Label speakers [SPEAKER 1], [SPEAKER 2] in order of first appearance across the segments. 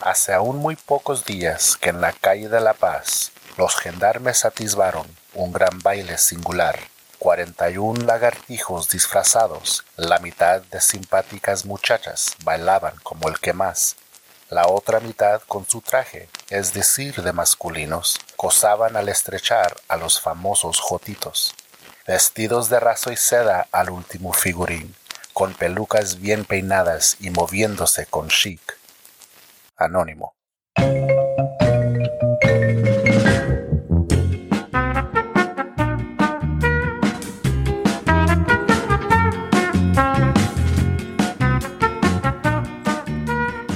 [SPEAKER 1] Hace aún muy pocos días que en la calle de La Paz los gendarmes atisbaron un gran baile singular. 41 lagartijos disfrazados, la mitad de simpáticas muchachas bailaban como el que más, la otra mitad con su traje, es decir, de masculinos, cosaban al estrechar a los famosos jotitos, vestidos de raso y seda al último figurín, con pelucas bien peinadas y moviéndose con chic. Anónimo.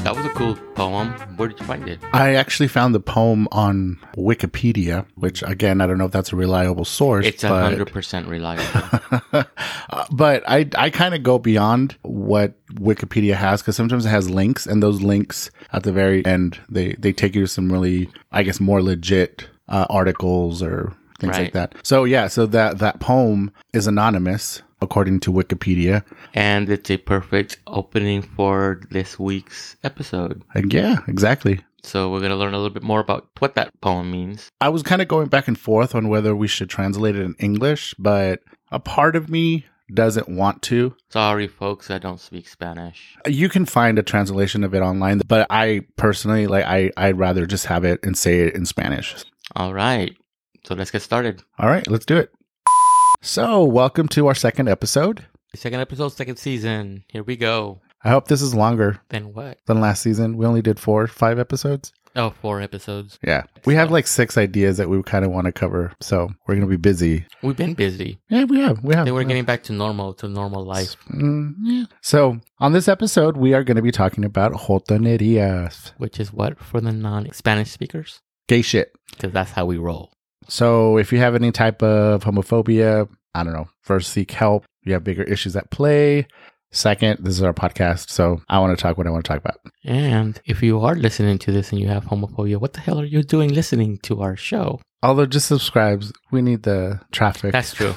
[SPEAKER 2] That was a cool poem. Where did you find it?
[SPEAKER 3] I actually found the poem on Wikipedia, which again, I don't know if that's a reliable source.
[SPEAKER 2] It's a
[SPEAKER 3] but-
[SPEAKER 2] hundred percent reliable.
[SPEAKER 3] Uh, but I I kind of go beyond what Wikipedia has because sometimes it has links, and those links at the very end they they take you to some really I guess more legit uh, articles or things like
[SPEAKER 2] Right.
[SPEAKER 3] that. So yeah, so that that poem is anonymous according to Wikipedia,
[SPEAKER 2] and it's a perfect opening for this week's episode.
[SPEAKER 3] and yeah, exactly.
[SPEAKER 2] So we're gonna learn a little bit more about what that poem means.
[SPEAKER 3] I was kind of going back and forth on whether we should translate it in English, but a part of me doesn't want to.
[SPEAKER 2] Sorry, folks, I don't speak Spanish.
[SPEAKER 3] you can find a translation of it online but i personally like i i'd rather just have it and say it in spanish
[SPEAKER 2] All right, so let's get started.
[SPEAKER 3] all right let's do it so welcome to our second episode
[SPEAKER 2] Second episode, second season. Here we go.
[SPEAKER 3] i hope this is longer
[SPEAKER 2] Then what?
[SPEAKER 3] than last season we only did four five episodes
[SPEAKER 2] Oh, four episodes.
[SPEAKER 3] yeah we have like six ideas that we kind of want to cover so we're gonna be busy
[SPEAKER 2] We've been busy.
[SPEAKER 3] yeah we have we have
[SPEAKER 2] They were getting back to normal, to normal life.
[SPEAKER 3] Mm, yeah. so on this episode we are going to be talking about E jotonerias
[SPEAKER 2] Which is what for the non-Spanish speakers,
[SPEAKER 3] gay shit
[SPEAKER 2] because that's how we roll.
[SPEAKER 3] So if you have any type of homophobia, I don't know, first seek help. You have bigger issues at play. Second, this is our podcast, so I want to talk what I want to talk about.
[SPEAKER 2] And if you are listening to this and you have homophobia, what the hell are you doing listening to our show?
[SPEAKER 3] Although just subscribes, we need the traffic.
[SPEAKER 2] That's true.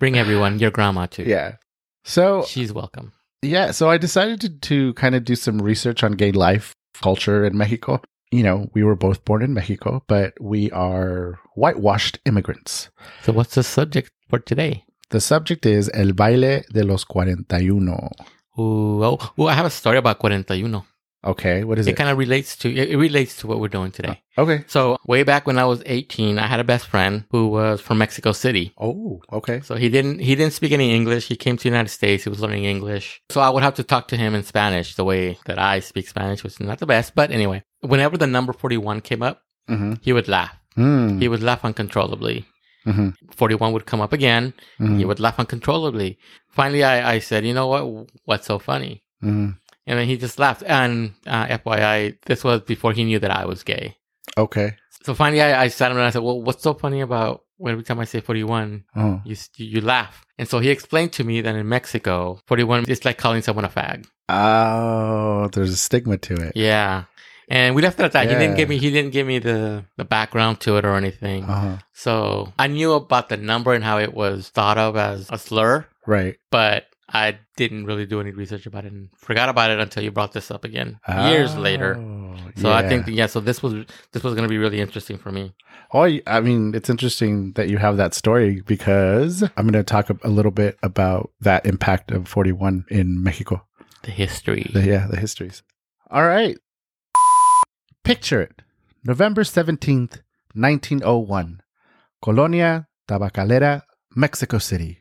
[SPEAKER 2] Bring everyone, your grandma too.
[SPEAKER 3] yeah. So
[SPEAKER 2] She's welcome.
[SPEAKER 3] yeah, so I decided to, to kind of do some research on gay life culture in Mexico. You know, we were both born in Mexico, but we are whitewashed immigrants.
[SPEAKER 2] So, what's the subject for today?
[SPEAKER 3] The subject is El baile de los cuarenta y uno.
[SPEAKER 2] Ooh, oh, ooh, I have a story about 41.
[SPEAKER 3] Okay, what is
[SPEAKER 2] It
[SPEAKER 3] it? Oh.
[SPEAKER 2] kind of relates to it it relates to what we're doing today.
[SPEAKER 3] okay.
[SPEAKER 2] So, way back when I was 18, I had a best friend who was from Mexico City.
[SPEAKER 3] Oh, okay.
[SPEAKER 2] So he didn't he didn't speak any English. He came to the United States. He was learning English. So I would have to talk to him in Spanish, the way that I speak Spanish, which is not the best. But anyway, whenever the number 41 came up,
[SPEAKER 3] Mm-hmm.
[SPEAKER 2] he would laugh.
[SPEAKER 3] Mm.
[SPEAKER 2] He would laugh uncontrollably.
[SPEAKER 3] hmm
[SPEAKER 2] 41 would come up again.
[SPEAKER 3] Mhm.
[SPEAKER 2] He would laugh uncontrollably. Finally, I, I said, you know what? What's so funny?
[SPEAKER 3] Mhm.
[SPEAKER 2] And then he just laughed. And uh, FYI, this was before he knew that I was gay.
[SPEAKER 3] Okay.
[SPEAKER 2] So finally, I, I sat him and I said, well, what's so funny about every time I say 41,
[SPEAKER 3] Oh.
[SPEAKER 2] you, s- you laugh? And so he explained to me that in Mexico, 41 is like calling someone a fag.
[SPEAKER 3] Oh, there's a stigma to it.
[SPEAKER 2] Yeah. And we left it at that. He
[SPEAKER 3] Yeah.
[SPEAKER 2] didn't give me he didn't give me the, the background to it or anything.
[SPEAKER 3] Uh-huh.
[SPEAKER 2] So I knew about the number and how it was thought of as a slur.
[SPEAKER 3] Right.
[SPEAKER 2] but I didn't really do any research about it and forgot about it until you brought this up again years later.
[SPEAKER 3] Oh,
[SPEAKER 2] So I
[SPEAKER 3] yeah.
[SPEAKER 2] think Ah, yeah, so this was this was gonna be really interesting for me.
[SPEAKER 3] Oh, y- I mean, it's interesting that you have that story because I'm going to talk a, a little bit about that impact of 41 in Mexico.
[SPEAKER 2] The history.
[SPEAKER 3] The, yeah, the histories. All right. Picture it. November 17th, 1901. Colonia Tabacalera, Mexico City.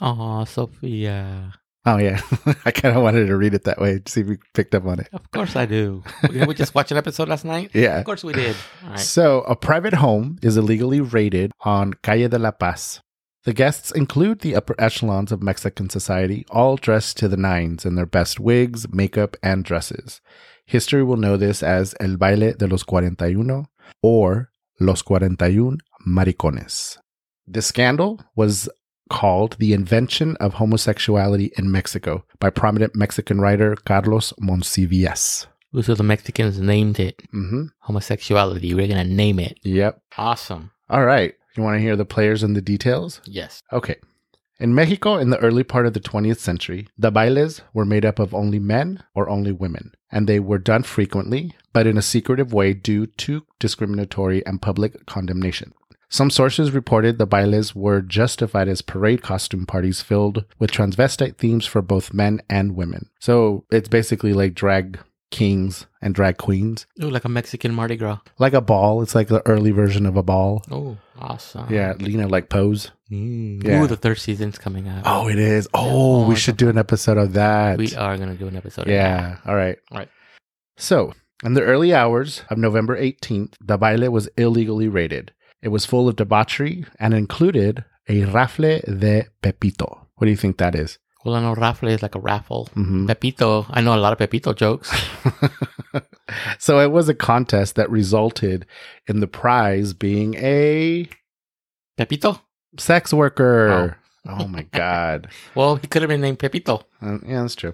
[SPEAKER 2] Oh, Sophia.
[SPEAKER 3] Oh yeah, I kind of wanted to read it that way to see if we picked up on it.
[SPEAKER 2] Of course I do. Didn't we just watch an episode last night?
[SPEAKER 3] Yeah.
[SPEAKER 2] Of course we did. All right.
[SPEAKER 3] So a private home is illegally raided on Calle de la Paz. The guests include the upper echelons of Mexican society, all dressed to the nines in their best wigs, makeup, and dresses. History will know this as El Baile de los Cuarenta y Uno or Los Cuarenta y Un Maricones. The scandal was called The Invention of Homosexuality in Mexico by prominent Mexican writer Carlos Monsiváis.
[SPEAKER 2] So the Mexicans named it
[SPEAKER 3] Mm-hmm.
[SPEAKER 2] homosexuality. We're gonna name it.
[SPEAKER 3] Yep.
[SPEAKER 2] Awesome.
[SPEAKER 3] All right. You want to hear the players and the details?
[SPEAKER 2] Yes.
[SPEAKER 3] Okay. In Mexico, in the early part of the 20th century, the bailes were made up of only men or only women, and they were done frequently, but in a secretive way due to discriminatory and public condemnation. Some sources reported the bailes were justified as parade costume parties filled with transvestite themes for both men and women. So it's basically like drag kings and drag queens,
[SPEAKER 2] Ooh, like a Mexican Mardi Gras.
[SPEAKER 3] like a ball. It's like the early version of a ball.
[SPEAKER 2] Oh, awesome.
[SPEAKER 3] Yeah, you know, like pose.
[SPEAKER 2] Mm.
[SPEAKER 3] Yeah.
[SPEAKER 2] Ooh, the third season's coming up.
[SPEAKER 3] Oh, it is. Oh,
[SPEAKER 2] Oh,
[SPEAKER 3] we
[SPEAKER 2] it's
[SPEAKER 3] should do an episode of that.
[SPEAKER 2] we are going to do an episode. Of
[SPEAKER 3] Yeah. All right.
[SPEAKER 2] All right.
[SPEAKER 3] So, in the early hours of November 18th, the baile was illegally raided. It was full of debauchery and included a rafle de Pepito. What do you think that is?
[SPEAKER 2] that. Well, I know raffle is like a raffle.
[SPEAKER 3] Mhm.
[SPEAKER 2] Pepito. I know a lot of Pepito jokes.
[SPEAKER 3] so, it was a contest that resulted in the prize being a
[SPEAKER 2] Pepito?
[SPEAKER 3] sex worker. oh my God.
[SPEAKER 2] Well, he could have been named Pepito.
[SPEAKER 3] Uh, yeah, that's true.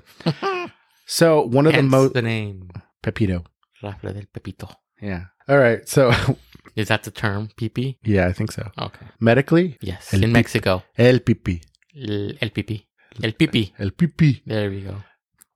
[SPEAKER 3] So, one of
[SPEAKER 2] Hence
[SPEAKER 3] the most.
[SPEAKER 2] the name.
[SPEAKER 3] Pepito.
[SPEAKER 2] Raffle del Pepito.
[SPEAKER 3] Yeah. All right. So,
[SPEAKER 2] Is that the term? Pipi?
[SPEAKER 3] yeah, I think so.
[SPEAKER 2] Okay.
[SPEAKER 3] Medically,
[SPEAKER 2] Yes.
[SPEAKER 3] El
[SPEAKER 2] In
[SPEAKER 3] pip-
[SPEAKER 2] Mexico.
[SPEAKER 3] el pipi.
[SPEAKER 2] El, el pipi. El pipi.
[SPEAKER 3] El pipi.
[SPEAKER 2] There we go.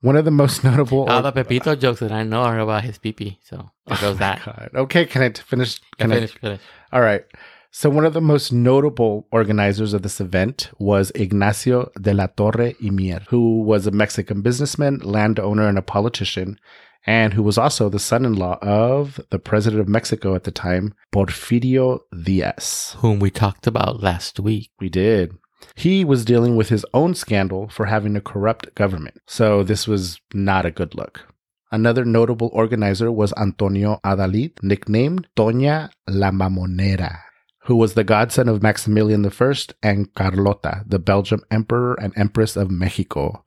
[SPEAKER 3] One of the most notable.
[SPEAKER 2] All the Pepito jokes that I know are about his pipi. So there
[SPEAKER 3] Oh
[SPEAKER 2] goes
[SPEAKER 3] my
[SPEAKER 2] that.
[SPEAKER 3] God. Okay, can I t- finish? Can I
[SPEAKER 2] finish, finish.
[SPEAKER 3] All right. So one of the most notable organizers of this event was Ignacio de la Torre y Mier, who was a Mexican businessman, landowner, and a politician, and who was also the son-in-law of the president of Mexico at the time, Porfirio Diaz.
[SPEAKER 2] Whom we talked about last week.
[SPEAKER 3] We did. He was dealing with his own scandal for having a corrupt government, so this was not a good look. Another notable organizer was Antonio Adalid, nicknamed Doña La Mamonera, who was the godson of Maximilian I and Carlota, the Belgian emperor and empress of Mexico.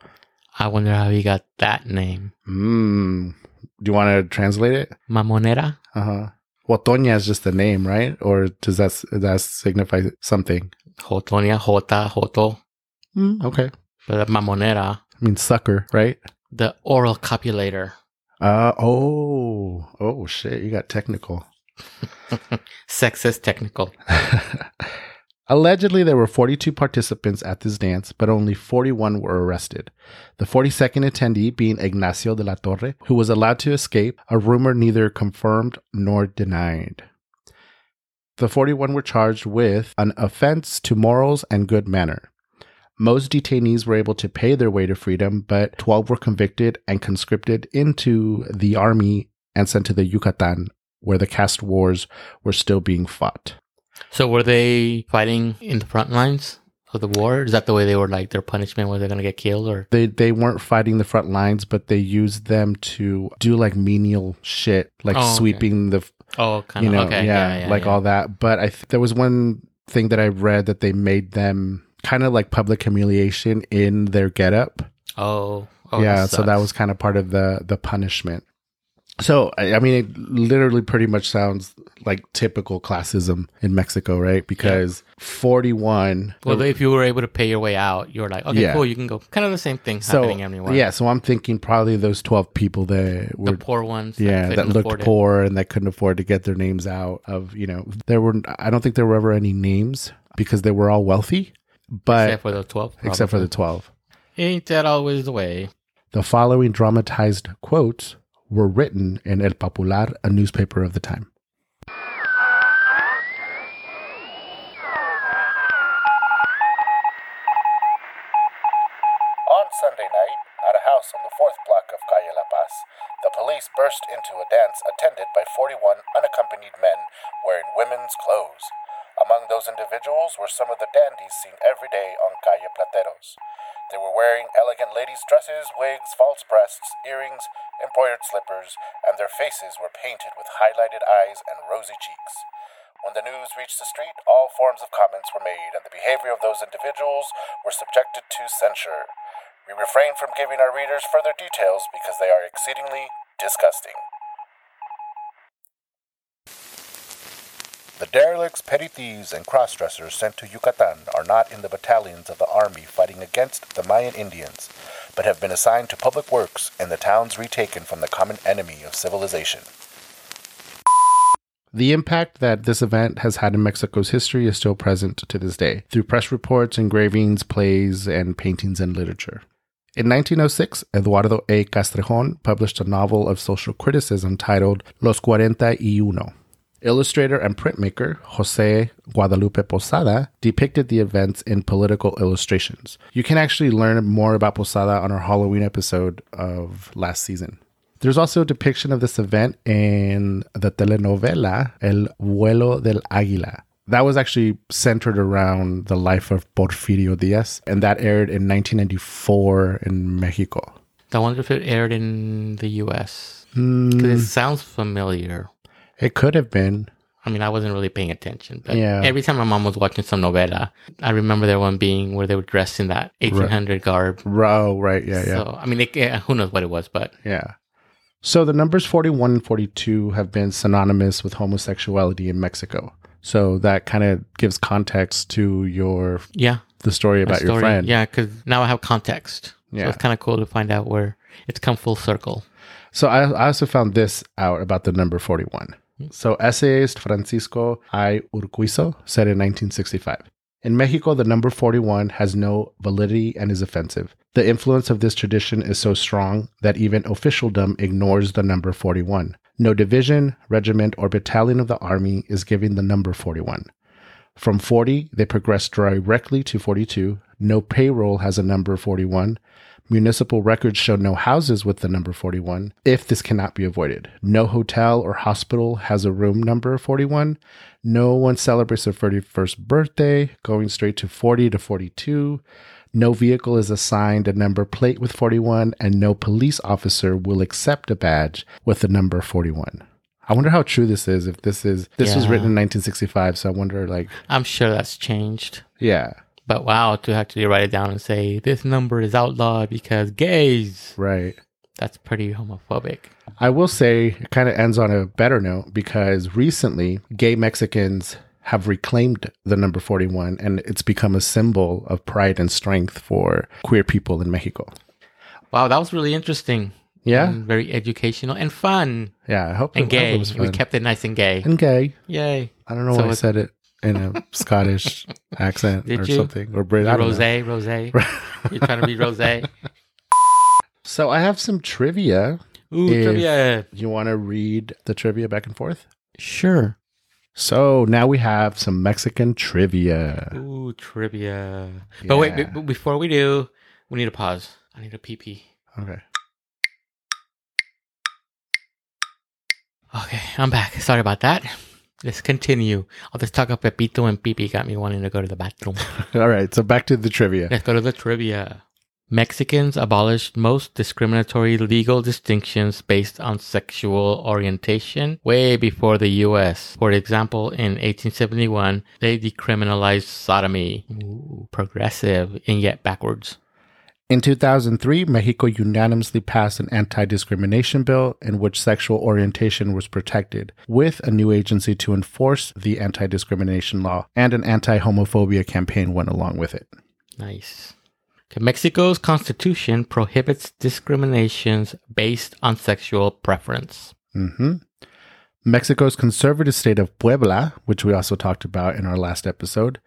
[SPEAKER 2] I wonder how he got that name.
[SPEAKER 3] Hmm. Do you want to translate it?
[SPEAKER 2] Mamonera?
[SPEAKER 3] Uh huh. Well, Toña is just the name, right? Or does that does that signify something?
[SPEAKER 2] Jotonia, Jota, Joto.
[SPEAKER 3] Hmm. okay.
[SPEAKER 2] But Mamonera,
[SPEAKER 3] I mean, sucker, right?
[SPEAKER 2] the oral copulator.
[SPEAKER 3] Uh oh. Oh shit, you got technical.
[SPEAKER 2] Sexist technical.
[SPEAKER 3] Allegedly there were 42 participants at this dance, but only 41 were arrested. The 42nd attendee being Ignacio de la Torre, who was allowed to escape, a rumor neither confirmed nor denied. The 41 were charged with an offense to morals and good manner. Most detainees were able to pay their way to freedom, but 12 were convicted and conscripted into the army and sent to the Yucatan, where the caste wars were still being fought.
[SPEAKER 2] So were they fighting in the front lines of the war? Is that the way they were like their punishment was they're gonna get killed or
[SPEAKER 3] They, they weren't fighting the front lines, but they used them to do like menial shit, like
[SPEAKER 2] Oh, okay.
[SPEAKER 3] sweeping the,
[SPEAKER 2] oh kind
[SPEAKER 3] you
[SPEAKER 2] of
[SPEAKER 3] know,
[SPEAKER 2] okay
[SPEAKER 3] yeah, like all that. But I th- there was one thing that I read that they made them kind of like public humiliation in their getup.
[SPEAKER 2] oh, oh
[SPEAKER 3] yeah, so that
[SPEAKER 2] sucks.
[SPEAKER 3] was kind of part of the the punishment. So I, I mean, it literally pretty much sounds like typical classism in Mexico, right? Because forty one.
[SPEAKER 2] well if you were able to pay your way out you're like okay
[SPEAKER 3] Yeah.
[SPEAKER 2] cool you can go kind of the same thing
[SPEAKER 3] so
[SPEAKER 2] happening everywhere
[SPEAKER 3] yeah, so I'm thinking probably those twelve people that
[SPEAKER 2] the
[SPEAKER 3] were.
[SPEAKER 2] poor ones
[SPEAKER 3] yeah, that
[SPEAKER 2] couldn't
[SPEAKER 3] looked
[SPEAKER 2] afford it.
[SPEAKER 3] poor and that couldn't afford to get their names out of, you know, there were, I don't think there were ever any names because they were all wealthy, but
[SPEAKER 2] except for the 12
[SPEAKER 3] except for the
[SPEAKER 2] probably.
[SPEAKER 3] 12.
[SPEAKER 2] ain't that always the way
[SPEAKER 3] The following dramatized quotes were written in El Popular, a newspaper of the time.
[SPEAKER 1] On Sunday night, at a house on the fourth block of Calle La Paz, the police burst into a dance attended by 41 unaccompanied men wearing women's clothes. Among those individuals were some of the dandies seen every day on Calle Plateros. They were wearing elegant ladies' dresses, wigs, false breasts, earrings, embroidered slippers, and their faces were painted with highlighted eyes and rosy cheeks. When the news reached the street, all forms of comments were made, and the behavior of those individuals were subjected to censure. We refrain from giving our readers further details because they are exceedingly disgusting. The derelicts, petty thieves, and cross-dressers sent to Yucatan are not in the battalions of the army fighting against the Mayan Indians, but have been assigned to public works and the towns retaken from the common enemy of civilization.
[SPEAKER 3] The impact that this event has had in Mexico's history is still present to this day through press reports, engravings, plays, and paintings and literature. In 1906, Eduardo A. Castrejón published a novel of social criticism titled Los Cuarenta y Uno. Illustrator and printmaker Jose Guadalupe Posada depicted the events in political illustrations. You can actually learn more about Posada on our Halloween episode of last season. There's also a depiction of this event in the telenovela El Vuelo del Águila. That was actually centered around the life of Porfirio Diaz, and that aired in 1994 in Mexico.
[SPEAKER 2] I wonder if it aired in the U.S. 'Cause
[SPEAKER 3] Mm.
[SPEAKER 2] it sounds familiar.
[SPEAKER 3] It could have been.
[SPEAKER 2] I mean, I wasn't really paying attention, but
[SPEAKER 3] Yeah.
[SPEAKER 2] every time my mom was watching some novela, I remember there one being where they were dressed in that 1800 garb.
[SPEAKER 3] Oh, right. Yeah, yeah.
[SPEAKER 2] So, I mean, it, yeah, who knows what it was, but
[SPEAKER 3] Yeah. So the numbers 41 and 42 have been synonymous with homosexuality in Mexico. So that kind of gives context to your
[SPEAKER 2] yeah.
[SPEAKER 3] the story
[SPEAKER 2] my
[SPEAKER 3] about your
[SPEAKER 2] story-
[SPEAKER 3] friend.
[SPEAKER 2] Yeah, because now I have context.
[SPEAKER 3] Yeah.
[SPEAKER 2] So it's kind of cool to find out where it's come full circle.
[SPEAKER 3] So I, I also found this out about the number 41. So essayist Francisco I. Urquizo said in 1965 In Mexico, the number 41 has no validity and is offensive. The influence of this tradition is so strong that even officialdom ignores the number 41. No division, regiment, or battalion of the army is giving the number 41. From 40, they progress directly to 42. No payroll has a number 41. Municipal records show no houses with the number 41 if this cannot be avoided. No hotel or hospital has a room number 41. No one celebrates their 31st birthday, going straight to 40 to 42. No vehicle is assigned a number plate with 41, and no police officer will accept a badge with the number 41. I wonder how true this is. If this is this was
[SPEAKER 2] Yeah.
[SPEAKER 3] written in 1965, so I wonder like
[SPEAKER 2] I'm sure that's changed.
[SPEAKER 3] yeah,
[SPEAKER 2] But wow, to actually write it down and say this number is outlawed because gays.
[SPEAKER 3] right.
[SPEAKER 2] That's pretty homophobic.
[SPEAKER 3] I will say it kind of ends on a better note because recently gay Mexicans have reclaimed the number 41 and it's become a symbol of pride and strength for queer people in Mexico.
[SPEAKER 2] Wow, that was really interesting.
[SPEAKER 3] Yeah?
[SPEAKER 2] And very educational and fun
[SPEAKER 3] Yeah, I hope
[SPEAKER 2] and
[SPEAKER 3] I hope
[SPEAKER 2] gay. We
[SPEAKER 3] fun.
[SPEAKER 2] kept it nice and gay.
[SPEAKER 3] and gay.
[SPEAKER 2] Yay.
[SPEAKER 3] I don't know
[SPEAKER 2] So
[SPEAKER 3] why I
[SPEAKER 2] it's-
[SPEAKER 3] said it in a Scottish accent
[SPEAKER 2] Did
[SPEAKER 3] or
[SPEAKER 2] you?
[SPEAKER 3] something or British. I don't know.
[SPEAKER 2] Rose, Rose. You're trying to be Rose. Ooh,
[SPEAKER 3] So I have some trivia. If-
[SPEAKER 2] trivia.
[SPEAKER 3] You want to read the trivia back and forth?
[SPEAKER 2] Sure.
[SPEAKER 3] So now we have some Mexican trivia.
[SPEAKER 2] Ooh, trivia. But wait,
[SPEAKER 3] Yeah.
[SPEAKER 2] b- before we do, we need a pause. I need a pee pee.
[SPEAKER 3] Okay.
[SPEAKER 2] Okay, I'm back. Sorry about that. Let's continue. All this talk of Pepito and Pipi got me wanting to go to the bathroom.
[SPEAKER 3] All right. So back to the trivia.
[SPEAKER 2] Let's go to the trivia. Mexicans abolished most discriminatory legal distinctions based on sexual orientation way before the US. For example, in 1871, they decriminalized sodomy. Ooh, progressive and yet backwards.
[SPEAKER 3] In 2003, Mexico unanimously passed an anti discrimination bill in which sexual orientation was protected, with a new agency to enforce the anti discrimination law, and an anti homophobia campaign went along with it.
[SPEAKER 2] Nice. Okay, Mexico's constitution prohibits discriminations based on sexual preference.
[SPEAKER 3] hmm Mexico's conservative state of Puebla, which we also talked about in our last episode.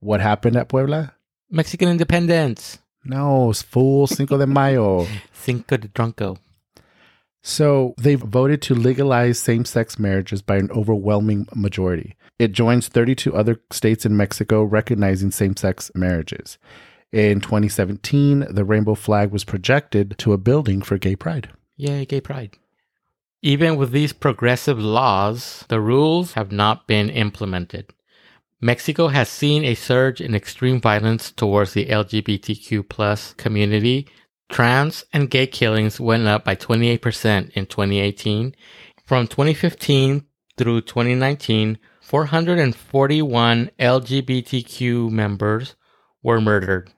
[SPEAKER 3] What happened at Puebla?
[SPEAKER 2] Mexican independence.
[SPEAKER 3] No, it's full Cinco de Mayo.
[SPEAKER 2] Cinco de Drunco.
[SPEAKER 3] So they've voted to legalize same sex marriages by an overwhelming majority. It joins 32 other states in Mexico recognizing same sex marriages. In 2017, the rainbow flag was projected to a building for gay pride.
[SPEAKER 2] Yay, gay pride. Even with these progressive laws, the rules have not been implemented. Mexico has seen a surge in extreme violence towards the LGBTQ plus community. Trans and gay killings went up by 28% in 2018. From 2015 through 2019, 441 LGBTQ members were murdered.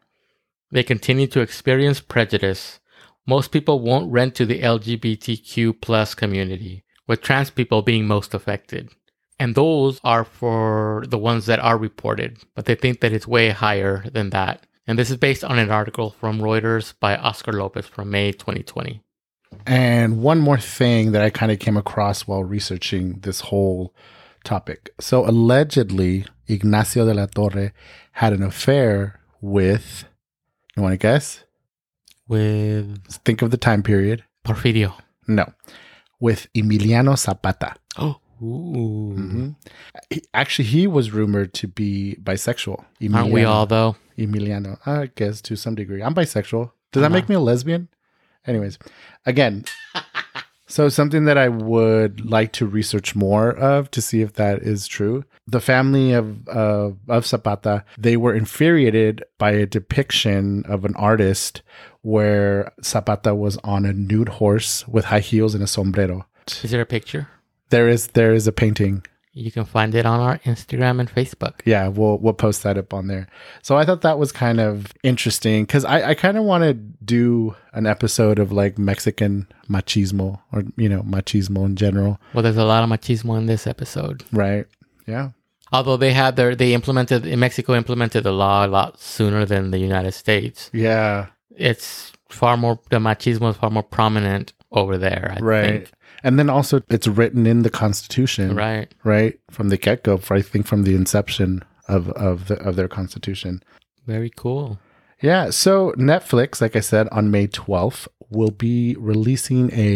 [SPEAKER 2] They continue to experience prejudice. Most people won't rent to the LGBTQ plus community, with trans people being most affected. And those are for the ones that are reported, but they think that it's way higher than that. And this is based on an article from Reuters by Oscar Lopez from May 2020.
[SPEAKER 3] And one more thing that I kind of came across while researching this whole topic. So allegedly, Ignacio de la Torre had an affair with. You want to guess?
[SPEAKER 2] with
[SPEAKER 3] Think of the time period.
[SPEAKER 2] Porfirio.
[SPEAKER 3] No, with Emiliano Zapata.
[SPEAKER 2] Oh, ooh.
[SPEAKER 3] Mm-hmm. He- actually, he was rumored to be bisexual. Emiliano.
[SPEAKER 2] aren't we all though?
[SPEAKER 3] Emiliano. I guess to some degree. I'm bisexual. Does
[SPEAKER 2] Uh-huh.
[SPEAKER 3] that make me a lesbian? Anyways, again, so something that I would like to research more of to see if that is true. The family of uh, of Zapata they were infuriated by a depiction of an artist where Zapata was on a nude horse with high heels and a sombrero.
[SPEAKER 2] Is there a picture?
[SPEAKER 3] There is there is a painting
[SPEAKER 2] You can find it on our Instagram and Facebook.
[SPEAKER 3] yeah we'll we'll post that up on there so i thought that was kind of interesting because i i kind of want to do an episode of like mexican machismo or you know machismo in general
[SPEAKER 2] Well, there's a lot of machismo in this episode.
[SPEAKER 3] right yeah
[SPEAKER 2] Although they had their, they implemented in Mexico implemented the law a lot sooner than the United States.
[SPEAKER 3] yeah
[SPEAKER 2] It's far more the machismo is far more prominent over there. I
[SPEAKER 3] right Mm-hmm. and then also it's written in the constitution
[SPEAKER 2] Think. Right.
[SPEAKER 3] right from the get-go for i think from the inception of of the, of their constitution
[SPEAKER 2] Very cool.
[SPEAKER 3] Yeah, so Netflix, like I said, on May 12th, will be releasing a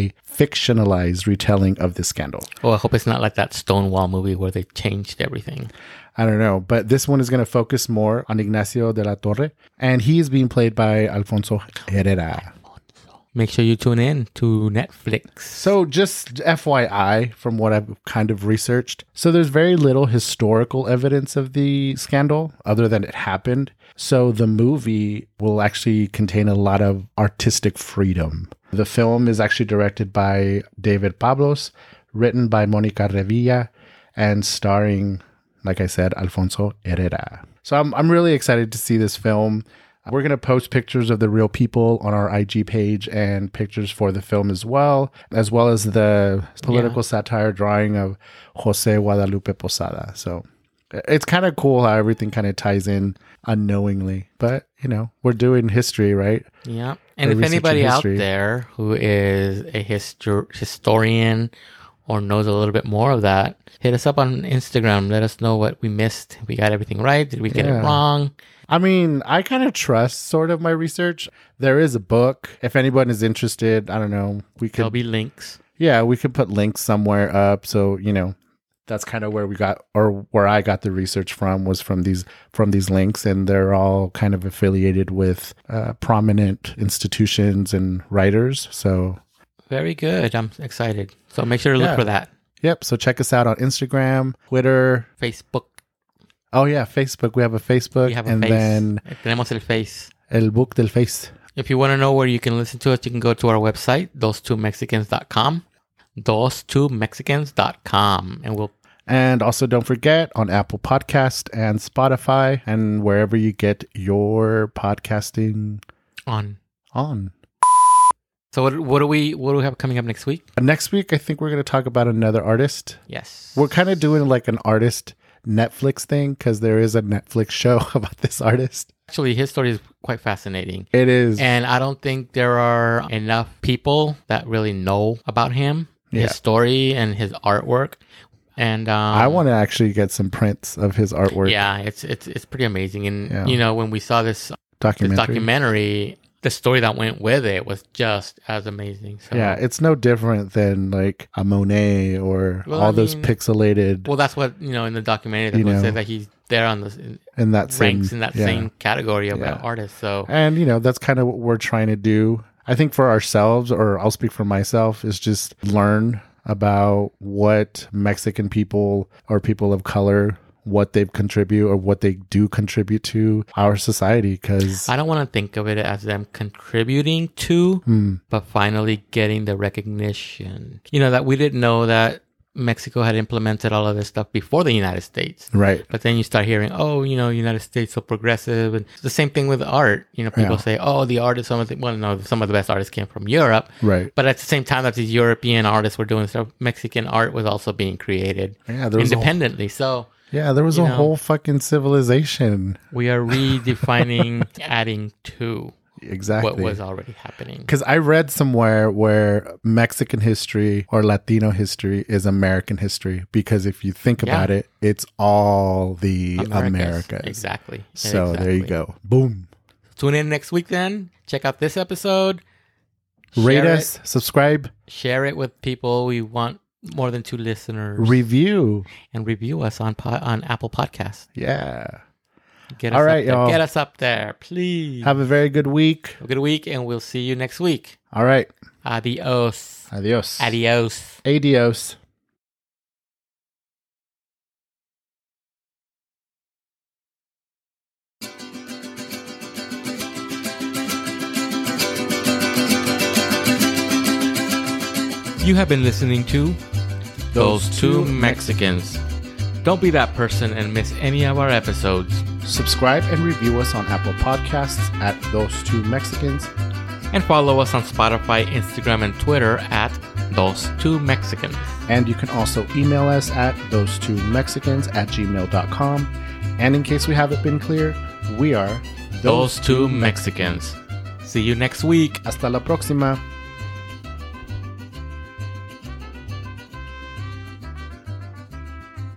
[SPEAKER 3] fictionalized retelling of this scandal.
[SPEAKER 2] Oh, I hope it's not like that Stonewall movie where they changed everything.
[SPEAKER 3] I don't know, but this one is going to focus more on Ignacio de la Torre, and he is being played by Alfonso Herrera.
[SPEAKER 2] Make sure you tune in to Netflix.
[SPEAKER 3] So, just FYI, from what I've kind of researched, so there's very little historical evidence of the scandal other than it happened. So, the movie will actually contain a lot of artistic freedom. The film is actually directed by David Pablos, written by Monica Revilla, and starring like I said, Alfonso Herrera. So I'm, I'm really excited to see this film. We're going to post pictures of the real people on our IG page and pictures for the film as well, as well as the political satire drawing of Jose Guadalupe Posada. So it's kind of cool how everything kind of ties in unknowingly, but you know, we're doing history, right?
[SPEAKER 2] Yeah. And
[SPEAKER 3] Or
[SPEAKER 2] if
[SPEAKER 3] research in
[SPEAKER 2] anybody out
[SPEAKER 3] history.
[SPEAKER 2] there who is a histor- historian or knows a little bit more of that, hit us up on Instagram. Let us know what we missed. We got everything right. Did we get
[SPEAKER 3] Yeah.
[SPEAKER 2] it wrong?
[SPEAKER 3] I mean, I kind of trust sort of my research. There is a book. If anyone is interested, I don't know, we could
[SPEAKER 2] There'll be links.
[SPEAKER 3] Yeah, we could put links somewhere up. So, you know, that's kind of where we got or where I got the research from was from these from these links and they're all kind of affiliated with uh, prominent institutions and writers. So
[SPEAKER 2] Very good. I'm excited. So make sure to
[SPEAKER 3] Yeah.
[SPEAKER 2] look for that.
[SPEAKER 3] yep, so check us out on Instagram, Twitter.
[SPEAKER 2] Facebook.
[SPEAKER 3] Oh yeah, Facebook. We have a Facebook
[SPEAKER 2] We have a
[SPEAKER 3] and
[SPEAKER 2] face.
[SPEAKER 3] then
[SPEAKER 2] Tenemos el face.
[SPEAKER 3] El Book del Face.
[SPEAKER 2] If you want to know where you can listen to us, you can go to our website, those2mexicans.com. Those2mexicans.com. And we'll
[SPEAKER 3] And also don't forget on Apple Podcast and Spotify and wherever you get your podcasting
[SPEAKER 2] on.
[SPEAKER 3] on.
[SPEAKER 2] So what, what do we what do we have coming up next week?
[SPEAKER 3] Next week, I think we're going to talk about another artist.
[SPEAKER 2] Yes.
[SPEAKER 3] We're kind of doing like an artist Netflix thing because there is a Netflix show about this artist.
[SPEAKER 2] Actually, his story is quite fascinating.
[SPEAKER 3] It is.
[SPEAKER 2] And I don't think there are enough people that really know about him,
[SPEAKER 3] Yeah.
[SPEAKER 2] his story, and his artwork. And um,
[SPEAKER 3] I want to actually get some prints of his artwork
[SPEAKER 2] Yeah, it's it's it's pretty amazing. And
[SPEAKER 3] Yeah.
[SPEAKER 2] you know, when we saw this this
[SPEAKER 3] documentary.
[SPEAKER 2] documentary, the story that went with it was just as amazing. So,
[SPEAKER 3] Yeah, it's no different than like a Monet or
[SPEAKER 2] Well,
[SPEAKER 3] all
[SPEAKER 2] I
[SPEAKER 3] those
[SPEAKER 2] mean-
[SPEAKER 3] pixelated
[SPEAKER 2] Well, that's what you know in the documentary. That's
[SPEAKER 3] You
[SPEAKER 2] what
[SPEAKER 3] know.
[SPEAKER 2] said that he's there on the
[SPEAKER 3] in that same
[SPEAKER 2] ranks in that
[SPEAKER 3] yeah.
[SPEAKER 2] same category of
[SPEAKER 3] Yeah.
[SPEAKER 2] an artist. So
[SPEAKER 3] And you know that's kind of what we're trying to do. I think for ourselves, or I'll speak for myself, is just learn about what Mexican people or people of color what they contribute or what they do contribute to our society because
[SPEAKER 2] I don't want to think of it as them contributing to,
[SPEAKER 3] Hmm.
[SPEAKER 2] but finally getting the recognition. You know, that we didn't know that Mexico had implemented all of this stuff before the United States.
[SPEAKER 3] right
[SPEAKER 2] But then you start hearing, oh, you know, United States so progressive, and it's the same thing with art. You know, people
[SPEAKER 3] Yeah.
[SPEAKER 2] say, oh, the artists, some of the well, no, some of the best artists came from Europe,
[SPEAKER 3] right
[SPEAKER 2] but at the same time that these European artists were doing stuff, Mexican art was also being created
[SPEAKER 3] yeah there was a, whole-
[SPEAKER 2] independently. So
[SPEAKER 3] yeah there was a
[SPEAKER 2] you know.
[SPEAKER 3] whole fucking civilization
[SPEAKER 2] we are redefining, adding to
[SPEAKER 3] exactly.
[SPEAKER 2] what was already happening.
[SPEAKER 3] Because I read somewhere where Mexican history or Latino history is American history. Because if you think
[SPEAKER 2] Yeah.
[SPEAKER 3] about it, it's all the Americas.
[SPEAKER 2] Exactly.
[SPEAKER 3] So there you
[SPEAKER 2] Exactly.
[SPEAKER 3] go. Boom.
[SPEAKER 2] Tune in next week then. Check out this episode.
[SPEAKER 3] Rate
[SPEAKER 2] Share it-
[SPEAKER 3] us, subscribe,
[SPEAKER 2] share it with people. We want more than two listeners.
[SPEAKER 3] review.
[SPEAKER 2] and review us on po- on Apple Podcast.
[SPEAKER 3] Yeah.
[SPEAKER 2] Get us
[SPEAKER 3] All
[SPEAKER 2] up
[SPEAKER 3] right,
[SPEAKER 2] there.
[SPEAKER 3] y'all.
[SPEAKER 2] Get us up there, please.
[SPEAKER 3] Have a very good week.
[SPEAKER 2] Have a good week, and we'll see you next week.
[SPEAKER 3] All right.
[SPEAKER 2] Adios.
[SPEAKER 3] Adios.
[SPEAKER 2] Adios.
[SPEAKER 3] Adios.
[SPEAKER 2] You have been listening to
[SPEAKER 3] Those Two
[SPEAKER 2] Mexicans. Don't be that person and miss any of our episodes.
[SPEAKER 3] Subscribe and review us on Apple Podcasts at Those Two Mexicans.
[SPEAKER 2] And follow us on Spotify, Instagram, and Twitter at Those Two Mexicans.
[SPEAKER 3] And you can also email us at those two Mexicans at gmail.com. And in case we haven't been clear, we are
[SPEAKER 2] Those Two Mexicans. See you next week.
[SPEAKER 3] Hasta la próxima.